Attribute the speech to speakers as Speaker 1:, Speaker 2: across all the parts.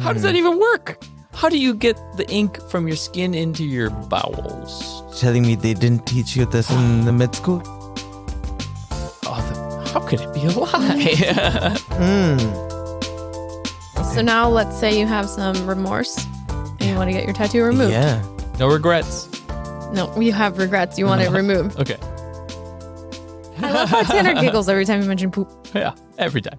Speaker 1: How does that even work? How do you get the ink from your skin into your bowels?
Speaker 2: Telling me they didn't teach you this in the med school?
Speaker 1: Oh, the, how could it be a lie?
Speaker 2: Mm.
Speaker 3: So now let's say you have some remorse and you want to get your tattoo removed.
Speaker 2: Yeah.
Speaker 1: no regrets.
Speaker 3: No, you have regrets. You want it removed.
Speaker 1: Okay.
Speaker 3: I love how Tanner giggles every time you mention poop.
Speaker 1: Yeah, every time.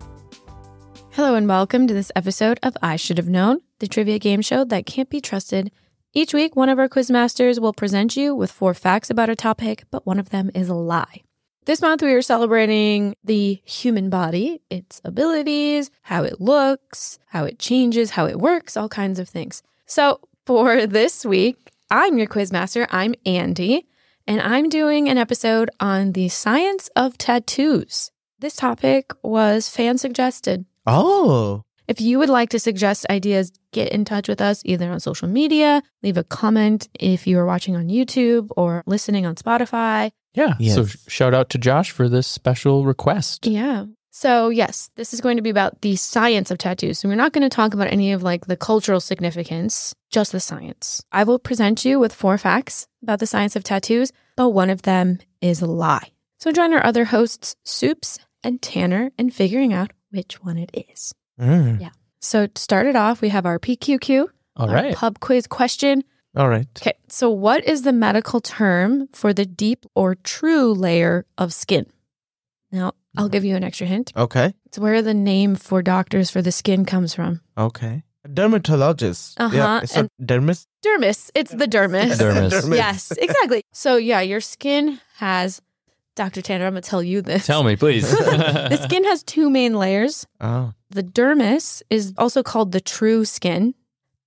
Speaker 3: Hello and welcome to this episode of I Should Have Known, the trivia game show that can't be trusted. Each week, one of our quizmasters will present you with four facts about a topic, but one of them is a lie. This month, we are celebrating the human body, its abilities, how it looks, how it changes, how it works, all kinds of things. So, for this week, I'm your quizmaster. I'm Andy, and I'm doing an episode on the science of tattoos. This topic was fan suggested.
Speaker 2: Oh.
Speaker 3: If you would like to suggest ideas, get in touch with us either on social media, leave a comment if you are watching on YouTube or listening on Spotify.
Speaker 1: Yeah. So
Speaker 2: Yes.
Speaker 1: sh- shout out to Josh for this special request.
Speaker 3: Yeah. So, yes, this is going to be about the science of tattoos. So, we're not going to talk about any of like the cultural significance, just the science. I will present you with four facts about the science of tattoos, but one of them is a lie. So, join our other hosts, Soups and Tanner, in figuring out which one it is.
Speaker 2: Mm.
Speaker 3: So, to start it off, we have our PQQ,
Speaker 1: All
Speaker 3: our
Speaker 1: right.
Speaker 3: Uh, pub quiz question.
Speaker 2: All right.
Speaker 3: Okay, so what is the medical term for the deep or true layer of skin? Now,
Speaker 1: Mm-hmm.
Speaker 3: I'll give you an extra hint.
Speaker 2: Okay.
Speaker 3: It's where the name for doctors for the skin comes from.
Speaker 2: Okay. Dermatologist.
Speaker 3: Uh-huh,
Speaker 2: Yeah. So
Speaker 3: and-
Speaker 2: dermis.
Speaker 3: Dermis. It's the dermis.
Speaker 1: Dermis.
Speaker 3: Yes, exactly. So, yeah, your skin has, Dr. Tanner, I'm going to tell you this.
Speaker 1: Tell me, please.
Speaker 3: the skin has two main layers.
Speaker 2: Oh.
Speaker 3: The dermis is also called the true skin,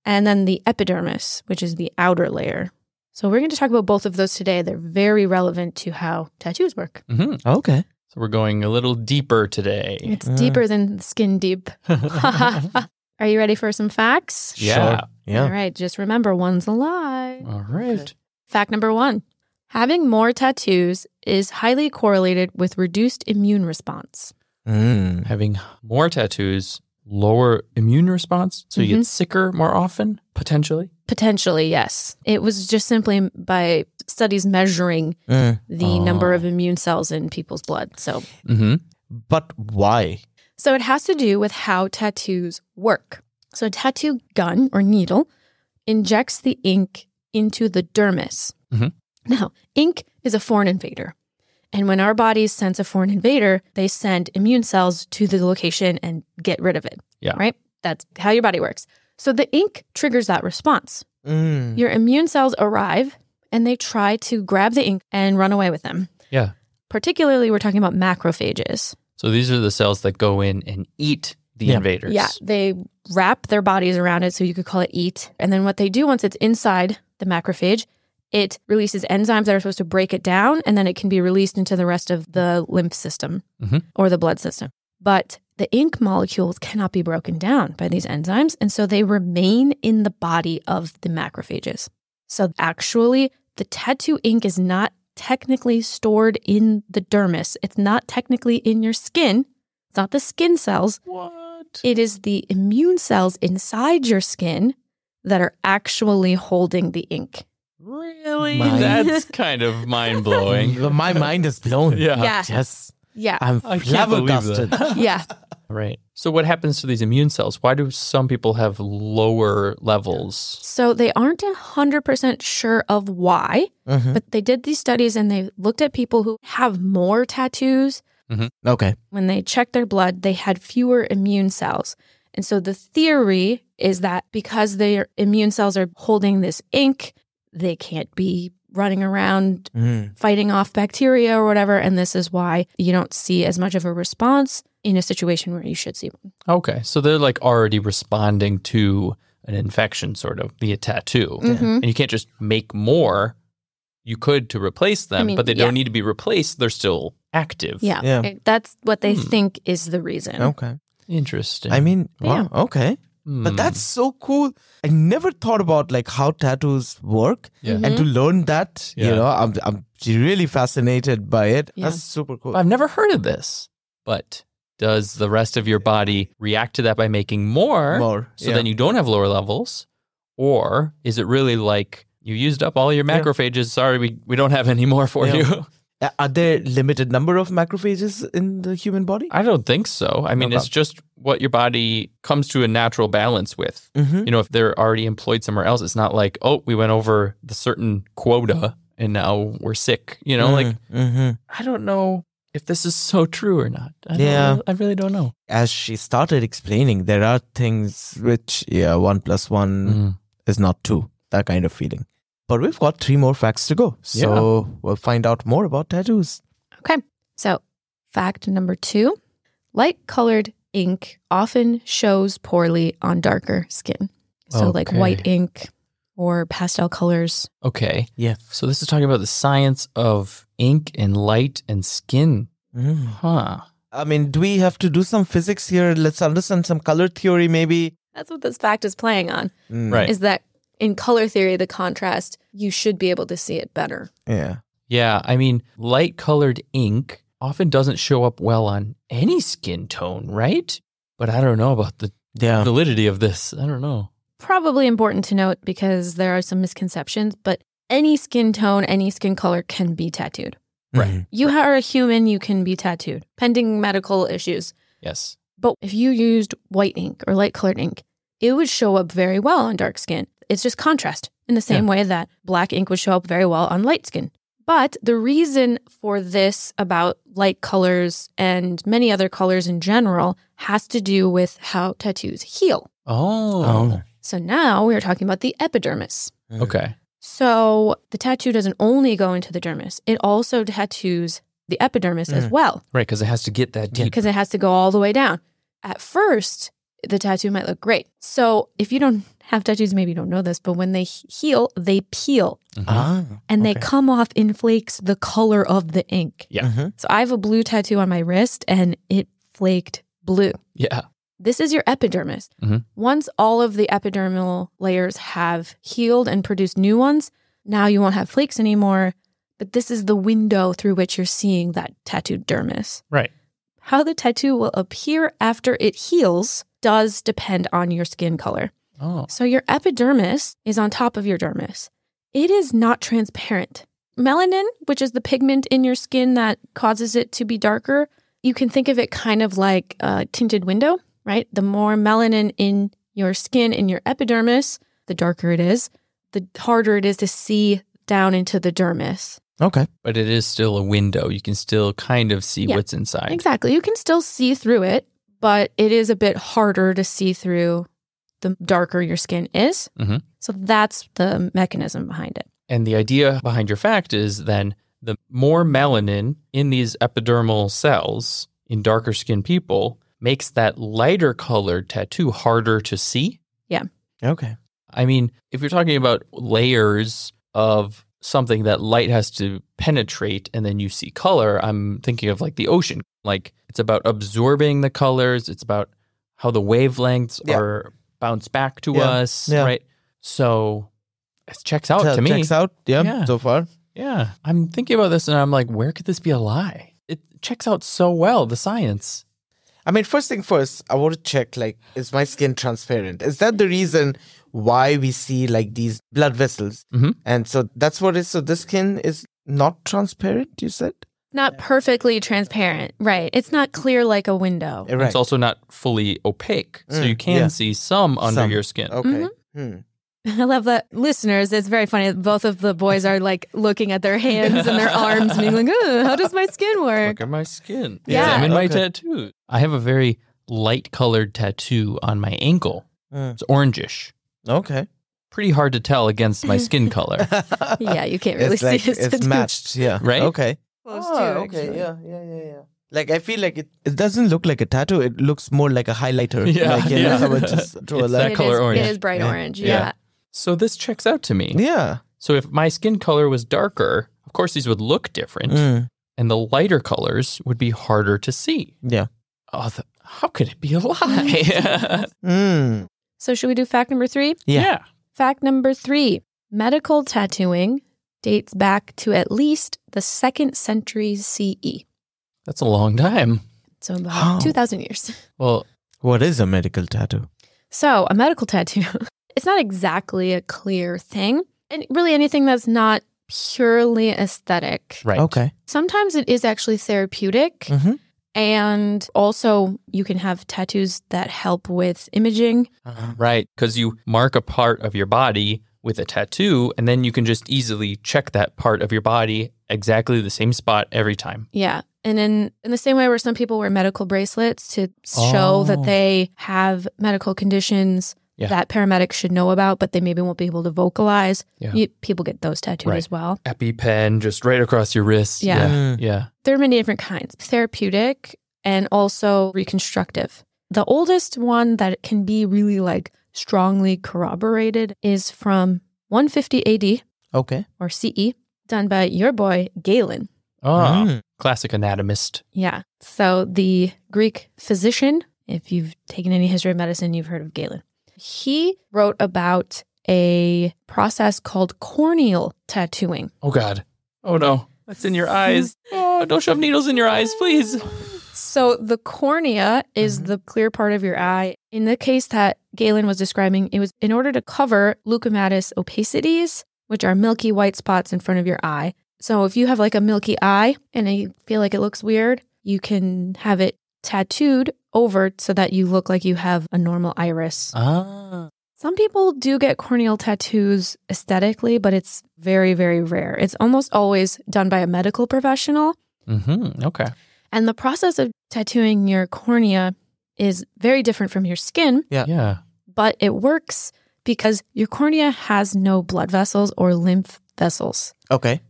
Speaker 3: and then the epidermis, which is the outer layer. So, we're going to talk about both of those today. They're very relevant to how tattoos work.
Speaker 1: hmm
Speaker 2: Okay.
Speaker 1: So we're going a little deeper today.
Speaker 3: It's
Speaker 2: Uh.
Speaker 3: deeper than skin deep. Are you ready for some facts?
Speaker 1: Yeah.
Speaker 2: Sure. Yeah.
Speaker 3: All right, just remember one's a lie.
Speaker 1: All right.
Speaker 3: Fact number one having more tattoos is highly correlated with reduced immune response.
Speaker 2: Mm.
Speaker 1: Having more tattoos, lower immune response. So you get sicker more often, potentially.
Speaker 3: Potentially, yes. It was just simply by studies measuring
Speaker 2: Mm.
Speaker 3: the
Speaker 1: Oh.
Speaker 3: number of immune cells in people's blood. So,
Speaker 1: Mm-hmm.
Speaker 2: But why?
Speaker 3: so it has to do with how tattoos work. So, a tattoo gun or needle injects the ink into the dermis.
Speaker 1: Mhm.
Speaker 3: Now, ink is a foreign invader. And when our bodies sense a foreign invader, they send immune cells to the location and get rid of it.
Speaker 1: Yeah.
Speaker 3: Right? That's how your body works. So the ink triggers that response.
Speaker 2: Mm.
Speaker 3: Your immune cells arrive and they try to grab the ink and run away with them.
Speaker 1: Yeah.
Speaker 3: Particularly, we're talking about macrophages.
Speaker 1: So these are the cells that go in and eat the
Speaker 2: Yeah.
Speaker 1: invaders.
Speaker 3: Yeah, they wrap their bodies around it, so you could call it eat. And then what they do once it's inside the macrophage, it releases enzymes that are supposed to break it down, and then it can be released into the rest of the lymph system
Speaker 1: Mhm.
Speaker 3: or the blood system. But the ink molecules cannot be broken down by these enzymes, and so they remain in the body of the macrophages. So actually, the tattoo ink is not technically stored in the dermis. It's not technically in your skin. It's not the skin cells.
Speaker 1: What?
Speaker 3: It is the immune cells inside your skin that are actually holding the ink.
Speaker 1: Really?
Speaker 2: My-
Speaker 1: That's kind of mind blowing.
Speaker 2: My mind is blown.
Speaker 1: Yeah.
Speaker 3: Yeah.
Speaker 2: Yes.
Speaker 3: Yeah.
Speaker 2: I'm
Speaker 1: I can't believe
Speaker 2: flabbergasted.
Speaker 1: that.
Speaker 3: Yeah.
Speaker 1: Right. So what happens to these immune cells? Why do some people have lower levels?
Speaker 3: So they aren't 100% sure of why,
Speaker 2: Mhm.
Speaker 3: but they did these studies and they looked at people who have more tattoos.
Speaker 2: Okay.
Speaker 3: When they checked their blood, they had fewer immune cells. And so the theory is that because their immune cells are holding this ink, they can't be running around
Speaker 2: Mm.
Speaker 3: fighting off bacteria or whatever. And this is why you don't see as much of a response in a situation where you should see one.
Speaker 1: Okay. So they're like already responding to an infection sort of via tattoo.
Speaker 3: Mhm.
Speaker 1: And you can't just make more. You could to replace them,
Speaker 3: mean,
Speaker 1: but they
Speaker 3: yeah.
Speaker 1: don't need to be replaced. They're still active.
Speaker 3: Yeah.
Speaker 2: Yeah.
Speaker 3: It- That's what they
Speaker 1: Hmm.
Speaker 3: think is the reason.
Speaker 2: Okay.
Speaker 1: Interesting.
Speaker 2: I mean,
Speaker 3: Yeah.
Speaker 2: wow. Okay. But
Speaker 1: Hmm.
Speaker 2: that's so cool. I never thought about like how tattoos work,
Speaker 1: Yeah.
Speaker 2: and to learn that, you
Speaker 1: Yeah.
Speaker 2: know, I'm I'm really fascinated by it.
Speaker 3: Yeah.
Speaker 2: That's super cool.
Speaker 1: I've never heard of this, but does the rest of your body react to that by making more?
Speaker 2: More.
Speaker 1: So
Speaker 2: yeah.
Speaker 1: then you don't have lower levels? Or is it really like you used up all your
Speaker 2: Yeah.
Speaker 1: macrophages? Sorry, we, we don't have any more for
Speaker 2: Yeah.
Speaker 1: you.
Speaker 2: A- Are there limited number of macrophages in the human body?
Speaker 1: I don't think so. I mean,
Speaker 2: No
Speaker 1: it's just what your body comes to a natural balance with.
Speaker 2: Mm-hmm.
Speaker 1: You know, if they're already employed somewhere else, it's not like, oh, we went over the certain quota and now we're sick. You know, like,
Speaker 2: mm-hmm.
Speaker 1: I don't know if this is so true or not. I don't-
Speaker 2: Yeah.
Speaker 1: I really don't know.
Speaker 2: as she started explaining, there are things which, yeah, one plus one
Speaker 1: Mm-hmm.
Speaker 2: is not two, that kind of feeling. But we've got three more facts to go. So we'll find out more about tattoos.
Speaker 3: Okay. So, fact number two light colored ink often shows poorly on darker skin. So, like
Speaker 1: Okay.
Speaker 3: white ink or pastel colors.
Speaker 1: Okay.
Speaker 2: Yeah.
Speaker 1: So this is talking about the science of ink and light and skin.
Speaker 2: Mm.
Speaker 1: Mm. Huh.
Speaker 2: I mean, do we have to do some physics here? Let's understand some color theory, maybe.
Speaker 3: That's what this fact is playing on,
Speaker 2: Mm,
Speaker 1: Right.
Speaker 3: is that in color theory, the contrast, you should be able to see it better.
Speaker 2: Yeah.
Speaker 1: Yeah. I mean, light colored ink often doesn't show up well on any skin tone, right? But I don't know about the
Speaker 2: Yeah.
Speaker 1: validity of this. I don't know.
Speaker 3: Probably important to note because there are some misconceptions, but any skin tone, any skin color can be tattooed.
Speaker 1: Right.
Speaker 3: You are a human, you can be tattooed, pending medical issues.
Speaker 1: Yes.
Speaker 3: But if you used white ink or light colored ink, it would show up very well on dark skin. It's just contrast in the same way that black ink would show up very well on light skin. But the reason for this about light colors and many other colors in general has to do with how tattoos heal.
Speaker 2: Mm-hmm.
Speaker 1: Oh.
Speaker 3: So now we are talking about the epidermis.
Speaker 2: Oh.
Speaker 1: Okay.
Speaker 3: So the tattoo doesn't only go into the dermis, it also tattoos the epidermis as
Speaker 2: Mm.
Speaker 3: well
Speaker 1: Right. Because it has to get that deep.
Speaker 3: because it has to go all the way down. At first, the tattoo might look great. So if you don't have tattoos, maybe you don't know this, but when they he- heal, they peel
Speaker 1: Mhm.
Speaker 2: Ah.
Speaker 3: and they
Speaker 2: Okay.
Speaker 3: come off in flakes the color of the ink.
Speaker 1: Yeah.
Speaker 2: Mhm.
Speaker 3: So I have a blue tattoo on my wrist and it flaked blue.
Speaker 1: Yeah.
Speaker 3: This is your epidermis.
Speaker 1: Mhm.
Speaker 3: Once all of the epidermal layers have healed and produced new ones, now you won't have flakes anymore. But this is the window through which you're seeing that tattooed dermis.
Speaker 1: Right.
Speaker 3: How the tattoo will appear after it heals does depend on your skin color.
Speaker 1: Oh.
Speaker 3: So your epidermis is on top of your dermis. It is not transparent. Melanin, which is the pigment in your skin that causes it to be darker, you can think of it kind of like a tinted window, right? The more melanin in your skin, in your epidermis, the darker it is, the harder it is to see down into the dermis.
Speaker 2: Okay.
Speaker 1: But it is still a window. You can still kind of see
Speaker 3: Yeah.
Speaker 1: what's inside.
Speaker 3: Exactly. You can still see through it, but it is a bit harder to see through the darker your skin is.
Speaker 1: Mhm.
Speaker 3: So that's the mechanism behind it.
Speaker 1: And the idea behind your fact is then the more melanin in these epidermal cells in darker skinned people makes that lighter colored tattoo harder to see.
Speaker 2: Okay.
Speaker 1: I mean, if you're talking about layers of something that light has to penetrate and then you see color, I'm thinking of like the ocean. Like it's about absorbing the colors, it's about how the wavelengths
Speaker 2: Yeah.
Speaker 1: are bounced back to
Speaker 2: Yeah.
Speaker 1: us,
Speaker 2: Yeah.
Speaker 1: right? So it checks out
Speaker 2: Te-
Speaker 1: Oh, to me.
Speaker 2: Checks out. Yeah,
Speaker 1: Yeah.
Speaker 2: So far.
Speaker 1: Yeah. I'm thinking about this and I'm like, where could this be a lie? It checks out so well, the science.
Speaker 2: I mean, first thing first, I want to check like, is my skin transparent? Is that the reason why we see like these blood vessels?
Speaker 1: Mhm.
Speaker 2: And so that's what it is. So this skin is not transparent, you said?
Speaker 3: Not perfectly transparent. Right. It's not
Speaker 2: Mm-hmm.
Speaker 3: clear like a window.
Speaker 2: Eh, Right.
Speaker 1: It's also not fully opaque. so
Speaker 2: Mm,
Speaker 1: you can
Speaker 2: yeah.
Speaker 1: see some under
Speaker 2: Some.
Speaker 1: your skin.
Speaker 2: okay.
Speaker 1: Mm-hmm.
Speaker 2: Hmm.
Speaker 3: I love that listeners, it's very funny. Both of the boys are like looking at their hands and their arms and being like, "Ugh, how does my skin work?
Speaker 1: Look at my skin.
Speaker 3: Yeah.
Speaker 1: Examine my
Speaker 2: Okay.
Speaker 1: tattoo. I have a very light colored tattoo on my ankle.
Speaker 2: Mm.
Speaker 1: It's orangish.
Speaker 2: Okay.
Speaker 1: Pretty hard to tell against my skin color.
Speaker 3: Yeah, you can't really
Speaker 2: it's like,
Speaker 3: see
Speaker 2: it's matched. Yeah.
Speaker 1: Right?
Speaker 2: Okay.
Speaker 3: Close
Speaker 2: Ah, okay. Yeah. Yeah. Yeah. Yeah. Like I feel like it, it doesn't look like a tattoo. It looks more like a highlighter.
Speaker 1: Yeah,
Speaker 2: Like, you know,
Speaker 1: yeah.
Speaker 2: someone just drew a
Speaker 1: It's that
Speaker 2: line.
Speaker 1: It color is- orange.
Speaker 3: It is bright
Speaker 2: Yeah.
Speaker 3: orange. Yeah.
Speaker 1: Yeah. So this checks out to me.
Speaker 2: Yeah.
Speaker 1: So if my skin color was darker, of course these would look different
Speaker 2: Mm.
Speaker 1: and the lighter colors would be harder to see.
Speaker 2: Yeah.
Speaker 1: Oh, th- how could it be a lie? yeah.
Speaker 2: Mm.
Speaker 3: So, should we do fact number three?
Speaker 2: Yeah.
Speaker 3: Fact number three medical tattooing dates back to at least the second century CE.
Speaker 1: That's a long time.
Speaker 3: So in
Speaker 2: How?
Speaker 3: about 2,000 years.
Speaker 1: Well,
Speaker 2: What is a medical tattoo?
Speaker 3: So a medical tattoo, it's not exactly a clear thing. And really anything that's not purely aesthetic.
Speaker 1: right.
Speaker 2: Okay.
Speaker 3: Sometimes it is actually therapeutic.
Speaker 2: Mm-hmm.
Speaker 3: And also you can have tattoos that help with imaging.
Speaker 2: Uh-huh.
Speaker 1: Right. Because you mark a part of your body with a tattoo, and then you can just easily check that part of your body exactly the same spot every time.
Speaker 3: Yeah. And in, in the same way where some people wear medical bracelets to show
Speaker 1: Oh.
Speaker 3: that they have medical conditions
Speaker 1: Yeah.
Speaker 3: that paramedics should know about, but they maybe won't be able to vocalize,
Speaker 1: Yeah.
Speaker 3: you, people get those tattooed
Speaker 1: Right.
Speaker 3: as well.
Speaker 1: EpiPen just right across your wrist.
Speaker 3: Yeah.
Speaker 2: Mm.
Speaker 1: Yeah. Yeah.
Speaker 3: There are many different kinds therapeutic and also reconstructive. The oldest one that can be really like strongly corroborated is from 150 AD
Speaker 2: Okay.
Speaker 3: or CE, done by your boy Galen.
Speaker 1: Oh,
Speaker 2: Mm.
Speaker 1: classic anatomist.
Speaker 3: Yeah. So the Greek physician, if you've taken any history of medicine, you've heard of Galen. He wrote about a process called corneal tattooing.
Speaker 1: Oh, God. Oh, no. That's in your
Speaker 3: Mm.
Speaker 1: eyes. Oh, don't shove needles in your eyes, please.
Speaker 3: So the cornea is
Speaker 2: Mhm.
Speaker 3: the clear part of your eye. In the case that Galen was describing, it was in order to cover leukomatous opacities, which are milky white spots in front of your eye. So if you have like a milky eye and you feel like it looks weird, you can have it tattooed over so that you look like you have a normal iris.
Speaker 1: Ah.
Speaker 3: Some people do get corneal tattoos aesthetically, but it's very, very rare. It's almost always done by a medical professional.
Speaker 1: Mm-hmm. Okay.
Speaker 3: And the process of tattooing your cornea is very different from your skin,
Speaker 2: Yeah.
Speaker 1: Yeah.
Speaker 3: but it works because your cornea has no blood vessels or lymph vessels.
Speaker 2: Okay.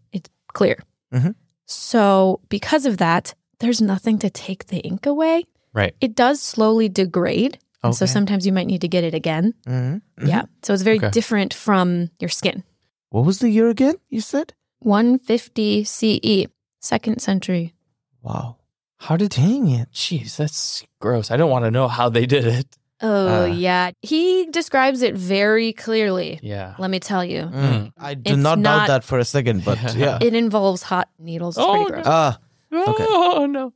Speaker 3: Clear.
Speaker 2: Mhm.
Speaker 3: So, because of that, there's nothing to take the ink away.
Speaker 1: Right.
Speaker 3: It does slowly degrade. And so,
Speaker 2: Okay.
Speaker 3: sometimes you might need to get it again.
Speaker 2: Mm-hmm.
Speaker 3: Yeah. So, it's very
Speaker 1: Okay.
Speaker 3: different from your skin.
Speaker 2: What was the year again? You said.
Speaker 3: 150 CE, E, second century.
Speaker 2: Wow.
Speaker 1: How did
Speaker 2: Dang it.
Speaker 1: Jeez, that's gross. I don't want to know how they did it.
Speaker 3: Oh,
Speaker 2: Ah.
Speaker 3: yeah. He describes it very clearly.
Speaker 1: Yeah.
Speaker 3: Let me tell you.
Speaker 1: Mm.
Speaker 2: I do
Speaker 3: It's
Speaker 2: not,
Speaker 3: not-
Speaker 2: doubt that for a second, but yeah.
Speaker 3: It involves hot needles. It's pretty
Speaker 1: Oh,
Speaker 3: gross.
Speaker 2: Ah, Okay.
Speaker 1: Oh, no.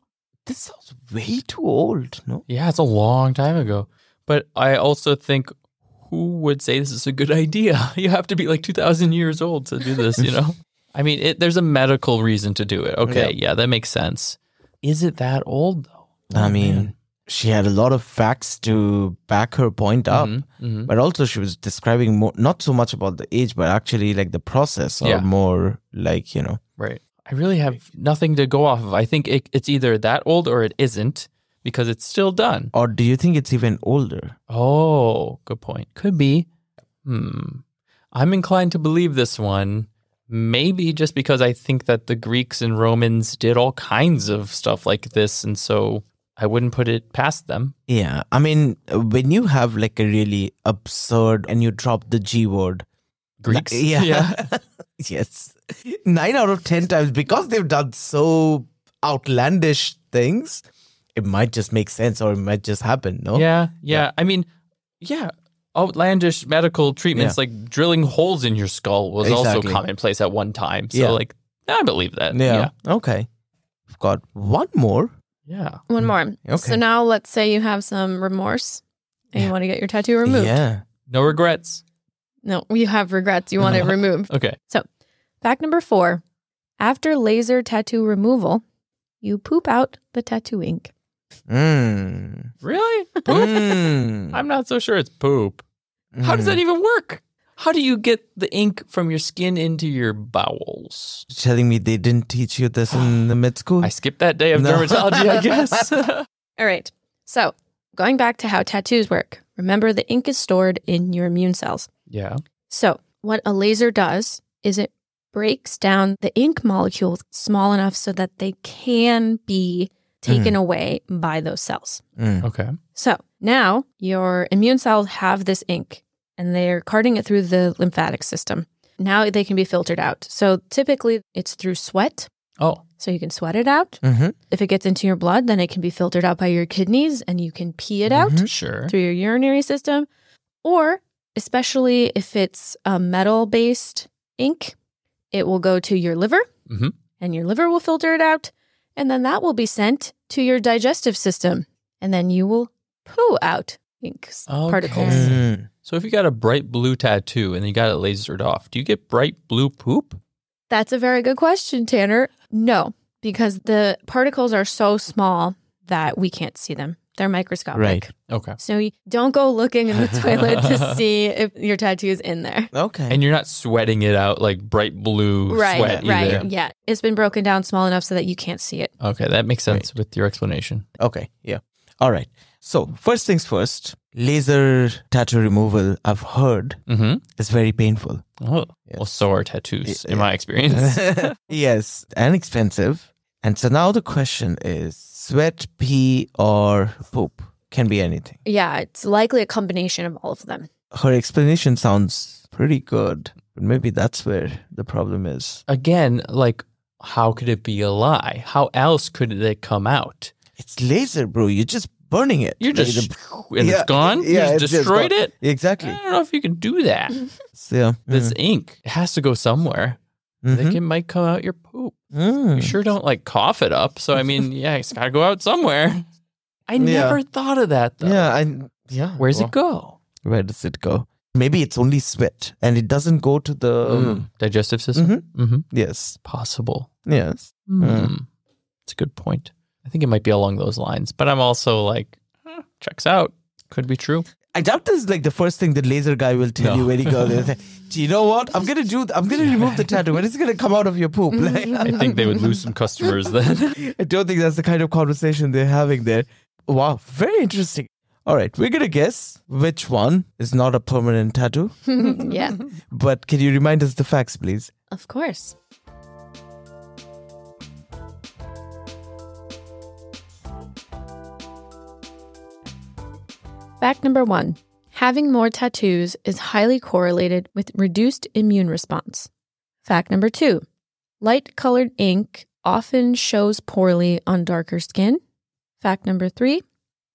Speaker 2: this sounds way too old. No.
Speaker 1: Yeah, it's a long time ago. But I also think who would say this is a good idea? You have to be like 2,000 years old to do this, you know? I mean, it, there's a medical reason to do it. Okay. Yeah. that makes sense. Is it that old, though?
Speaker 2: I
Speaker 1: Oh,
Speaker 2: mean,
Speaker 1: man.
Speaker 2: she had a lot of facts to back her point up,
Speaker 1: Mhm, mhm.
Speaker 2: but also she was describing more, not so much about the age, but actually like the process, or
Speaker 1: Yeah.
Speaker 2: more like you know.
Speaker 1: right. I really have nothing to go off of. I think it, it's either that old or it isn't because it's still done.
Speaker 2: Or do you think it's even older?
Speaker 1: Oh, good point. Could be. Hmm. I'm inclined to believe this one. Maybe just because I think that the Greeks and Romans did all kinds of stuff like this. And so I wouldn't put it past them.
Speaker 2: Yeah, I mean, uh, when you have like a really absurd and you drop the G word,
Speaker 1: Greeks?
Speaker 2: Like, yeah. yes. Nine out of 10 times, because they've done so outlandish things, it might just make sense or it might just happen, no?
Speaker 1: Yeah. Yeah. I mean, yeah. Outlandish medical treatments like drilling holes in your skull was also
Speaker 2: Exactly.
Speaker 1: commonplace at one time. So,
Speaker 2: Yeah.
Speaker 1: like, I believe that.
Speaker 2: Yeah. Okay. We've got one more.
Speaker 1: Yeah. Yeah.
Speaker 3: One more.
Speaker 2: Oh, Okay.
Speaker 3: So now let's say you have some remorse and you want to get your tattoo removed.
Speaker 2: Yeah.
Speaker 1: No regrets.
Speaker 3: No, you have regrets. You
Speaker 2: Uh-huh.
Speaker 3: want it removed.
Speaker 1: Okay.
Speaker 3: Fact number four after laser tattoo removal, you poop out the tattoo ink.
Speaker 2: Mm.
Speaker 1: Really? Poop?
Speaker 2: Mm.
Speaker 1: I'm not so sure it's poop. How does that
Speaker 2: Mm.
Speaker 1: even work? How do you get the ink from your skin into your bowels?
Speaker 2: You're telling me they didn't teach you this in the mid school?
Speaker 1: I skipped that day of
Speaker 2: No.
Speaker 1: dermatology, I guess.
Speaker 3: All right. So going back to how tattoos work, remember the ink is stored in your immune cells.
Speaker 1: yeah.
Speaker 3: So, what a laser does is it breaks down the ink molecules small enough so that they can be taken away by those cells.
Speaker 2: Mm.
Speaker 1: Okay.
Speaker 3: So, now your immune cells have this ink and they're carting it through the lymphatic system. Now they can be filtered out. So, typically it's through sweat.
Speaker 1: Oh.
Speaker 3: So, you can sweat it out.
Speaker 2: Mm-hmm.
Speaker 3: If it gets into your blood, then it can be filtered out by your kidneys and you can pee it out
Speaker 2: Mhm.
Speaker 1: Sure.
Speaker 3: through your urinary system, or especially if it's a metal based ink, it will go to your liver
Speaker 1: Mhm.
Speaker 3: and your liver will filter it out. And then that will be sent to your digestive system, and then you will poo out ink s- particles.
Speaker 1: Okay.
Speaker 2: Mm.
Speaker 1: So if you got a bright blue tattoo and you got it lasered off, do you get bright blue poop?
Speaker 3: That's a very good question, Tanner. No, because the particles are so small that we can't see them. They're microscopic.
Speaker 2: Right.
Speaker 1: Okay.
Speaker 3: So you don't go looking in the toilet to see if your tattoo's in there.
Speaker 2: Okay.
Speaker 1: And you're not sweating it out like bright blue
Speaker 3: Right,
Speaker 1: sweat
Speaker 3: right.
Speaker 1: either.
Speaker 3: Yeah. It's been broken down small enough so that you can't see it.
Speaker 1: Okay, that makes sense with your explanation.
Speaker 2: Okay, yeah. All right. So, first things first, laser tattoo removal, I've heard,
Speaker 1: Mm-hmm.
Speaker 2: is very painful.
Speaker 1: Oh,
Speaker 2: Yes.
Speaker 1: well, so are tattoos,
Speaker 2: Yeah,
Speaker 1: in
Speaker 2: yeah.
Speaker 1: my experience.
Speaker 2: yes, and expensive. And so now the question is sweat, pee, or poop? Can be anything.
Speaker 3: Yeah. It's likely a combination of all of them.
Speaker 2: Her explanation sounds pretty good, but maybe that's where the problem is.
Speaker 1: Again, like, how could it be a lie? How else could it come out?
Speaker 2: It's laser, bro. You're just burning it.
Speaker 1: You're
Speaker 2: Like
Speaker 1: just
Speaker 2: the-
Speaker 1: and
Speaker 2: Yeah,
Speaker 1: it's gone.
Speaker 2: yeah,
Speaker 1: you
Speaker 2: it's
Speaker 1: just
Speaker 2: just
Speaker 1: destroyed
Speaker 2: gone. Mm-hmm.
Speaker 1: it. I
Speaker 2: exactly.
Speaker 1: don't know if you can do that.
Speaker 2: So, yeah.
Speaker 1: This ink Ah. it has to go somewhere. I think
Speaker 2: Mhm.
Speaker 1: it might come out your poop.
Speaker 2: Mm.
Speaker 1: You sure don't like cough it up. So I mean, yeah, it's got to go out somewhere. I
Speaker 2: Yeah.
Speaker 1: never thought of that though.
Speaker 2: Yeah, I yeah.
Speaker 1: Where's
Speaker 2: well.
Speaker 1: it go?
Speaker 2: Where does it go? Maybe it's only sweat and it doesn't go to the.
Speaker 1: Mm. Digestive system.
Speaker 2: Mhm.
Speaker 1: Mm-hmm.
Speaker 2: Yes.
Speaker 1: Possible.
Speaker 2: Yes. Mm.
Speaker 1: Mm. It's a good point. I think it might be along those lines, but I'm also like, eh, checks out. Could be true.
Speaker 2: I doubt this is like the first thing the laser guy will tell
Speaker 1: No.
Speaker 2: you when he goes. there. Do you know what? I'm gonna do. I'm gonna remove the tattoo, and it's gonna come out of your poop. Like,
Speaker 1: I think they would lose some customers then.
Speaker 2: I don't think that's the kind of conversation they're having there. Wow, very interesting. All right, we're gonna guess which one is not a permanent tattoo.
Speaker 3: yeah.
Speaker 2: But can you remind us the facts, please?
Speaker 3: Of course. Fact number one having more tattoos is highly correlated with reduced immune response. Fact number two light colored ink often shows poorly on darker skin. Fact number three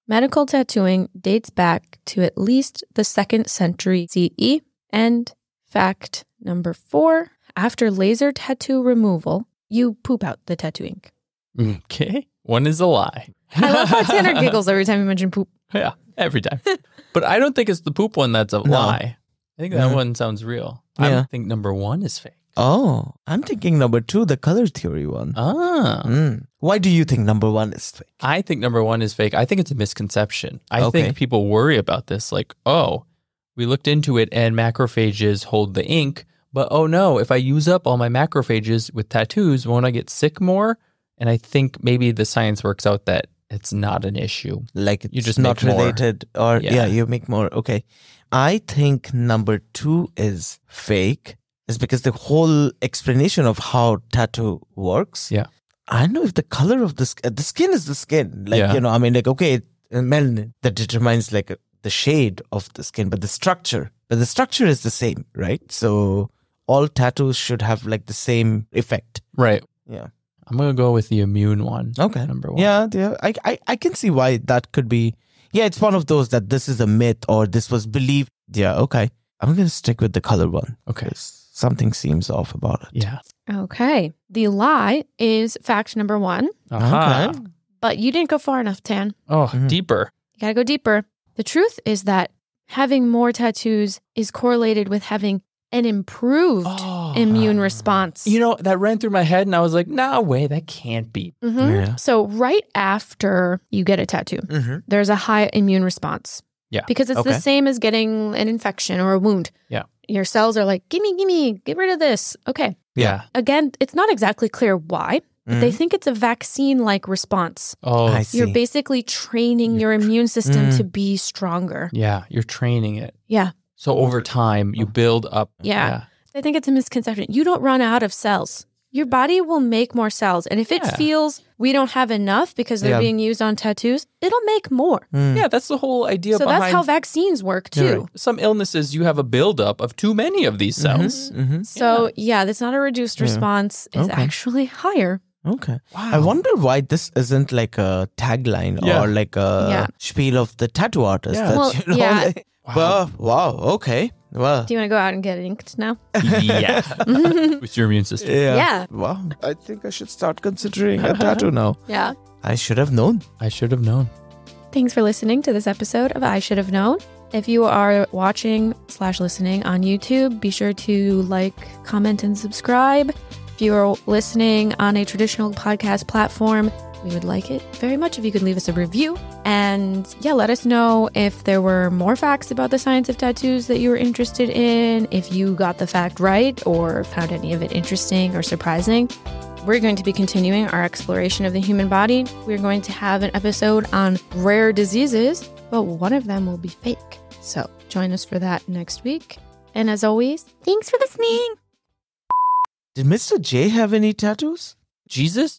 Speaker 3: medical tattooing dates back to at least the second century CE. And Fact number four after laser tattoo removal, you poop out the tattoo ink.
Speaker 1: okay. One is a lie.
Speaker 3: I love how Tanner giggles every time you mention poop.
Speaker 1: Yeah, every time. but I don't think it's the poop one that's a
Speaker 2: No.
Speaker 1: lie. I think that
Speaker 2: No.
Speaker 1: one sounds real.
Speaker 2: Yeah.
Speaker 1: I think number one is fake.
Speaker 2: Oh, I'm thinking number two, the color theory one.
Speaker 1: Ah.
Speaker 2: Mm. Why do you think number one is fake?
Speaker 1: I think number one is fake. I think it's a misconception. I
Speaker 2: Okay.
Speaker 1: think people worry about this. Like, oh, we looked into it and macrophages hold the ink, but oh no, if I use up all my macrophages with tattoos, won't I get sick more? And I think maybe the science works out that it's not an issue.
Speaker 2: like it's
Speaker 1: You just
Speaker 2: not
Speaker 1: make more.
Speaker 2: related or yeah.
Speaker 1: Yeah.
Speaker 2: you make more okay i think number two is fake is because the whole explanation of how tattoo works
Speaker 1: Yeah.
Speaker 2: i don't know if the color of the skin the skin is the skin like
Speaker 1: Yeah.
Speaker 2: you know i mean like okay uh, melanin that determines like uh, the shade of the skin but the structure but the structure is the same right so all tattoos should have like the same effect
Speaker 1: Right.
Speaker 2: yeah
Speaker 1: I'm going to go with the immune one.
Speaker 2: Okay.
Speaker 1: Number one.
Speaker 2: Yeah, yeah. I, I, I can see why that could be. Yeah, it's one of those that this is a myth or this was believed. Yeah, okay. I'm going to stick with the color one.
Speaker 1: Okay.
Speaker 2: 'cause Something seems off about it.
Speaker 1: Yeah.
Speaker 3: Okay. The lie is fact number one,
Speaker 1: Aha.
Speaker 2: Okay.
Speaker 3: but you didn't go far enough, Tan.
Speaker 1: Oh,
Speaker 2: Mhm.
Speaker 1: deeper.
Speaker 3: You got to go deeper. The truth is that having more tattoos is correlated with having an improved
Speaker 1: Oh.
Speaker 3: immune response.
Speaker 1: You know, that ran through my head and I was like, nah, way, that can't be.
Speaker 3: Mhm.
Speaker 2: Yeah.
Speaker 3: So, right after you get a tattoo,
Speaker 2: Mm-hmm.
Speaker 3: there's a high immune response.
Speaker 1: Yeah.
Speaker 3: Because it's
Speaker 2: Okay.
Speaker 3: the same as getting an infection or a wound.
Speaker 1: Yeah.
Speaker 3: Your cells are like, gimme, gimme, get rid of this. Okay.
Speaker 2: Yeah.
Speaker 3: Again, it's not exactly clear why. but
Speaker 2: mm-hmm.
Speaker 3: They think it's a vaccine like response.
Speaker 1: Oh,
Speaker 2: I see.
Speaker 3: You're basically training your immune system to be stronger.
Speaker 1: yeah. You're training it.
Speaker 3: Yeah.
Speaker 1: So over time, you build up.
Speaker 3: Yeah. I think it's a misconception. You don't run out of cells. Your body will make more cells. And if it
Speaker 1: Yeah.
Speaker 3: feels we don't have enough because they're
Speaker 2: Yeah.
Speaker 3: being used on tattoos, it'll make more.
Speaker 1: Yeah,
Speaker 2: Mm-hmm,
Speaker 1: that's the whole idea
Speaker 3: so
Speaker 1: behind
Speaker 3: that's how vaccines work too.
Speaker 1: some illnesses. You have a buildup of too many of these cells.
Speaker 2: hmm
Speaker 3: So yeah, that's not a reduced
Speaker 2: Yeah.
Speaker 3: response. It's
Speaker 2: Okay.
Speaker 3: actually higher.
Speaker 2: Okay.
Speaker 1: Wow.
Speaker 2: I wonder why this isn't like a tagline
Speaker 1: Yeah.
Speaker 2: or like a
Speaker 3: Yeah.
Speaker 2: spiel of the tattoo artist.
Speaker 1: Yeah.
Speaker 2: that,
Speaker 3: Well,
Speaker 2: you know,
Speaker 3: yeah.
Speaker 2: like- Well, wow. Okay. Well,
Speaker 3: Do you want to go out and get inked now?
Speaker 1: yeah.
Speaker 3: Mm-hmm.
Speaker 1: With your immune system.
Speaker 2: yeah.
Speaker 3: Yeah.
Speaker 2: Wow. I think I should start considering a tattoo now.
Speaker 3: Yeah.
Speaker 2: I should have known.
Speaker 1: I should have known.
Speaker 3: Thanks for listening to this episode of I Should Have Known. If you are watching slash listening on YouTube, be sure to like, comment, and subscribe. If you are listening on a traditional podcast platform, we would like it very much if you could leave us a review. And yeah, let us know if there were more facts about the science of tattoos that you were interested in, if you got the fact right or found any of it interesting or surprising. We're going to be continuing our exploration of the human body. We're going to have an episode on rare diseases, but one of them will be fake. So join us for that next week. And as always, thanks for listening.
Speaker 2: Did Mr. J have any tattoos?
Speaker 1: Jesus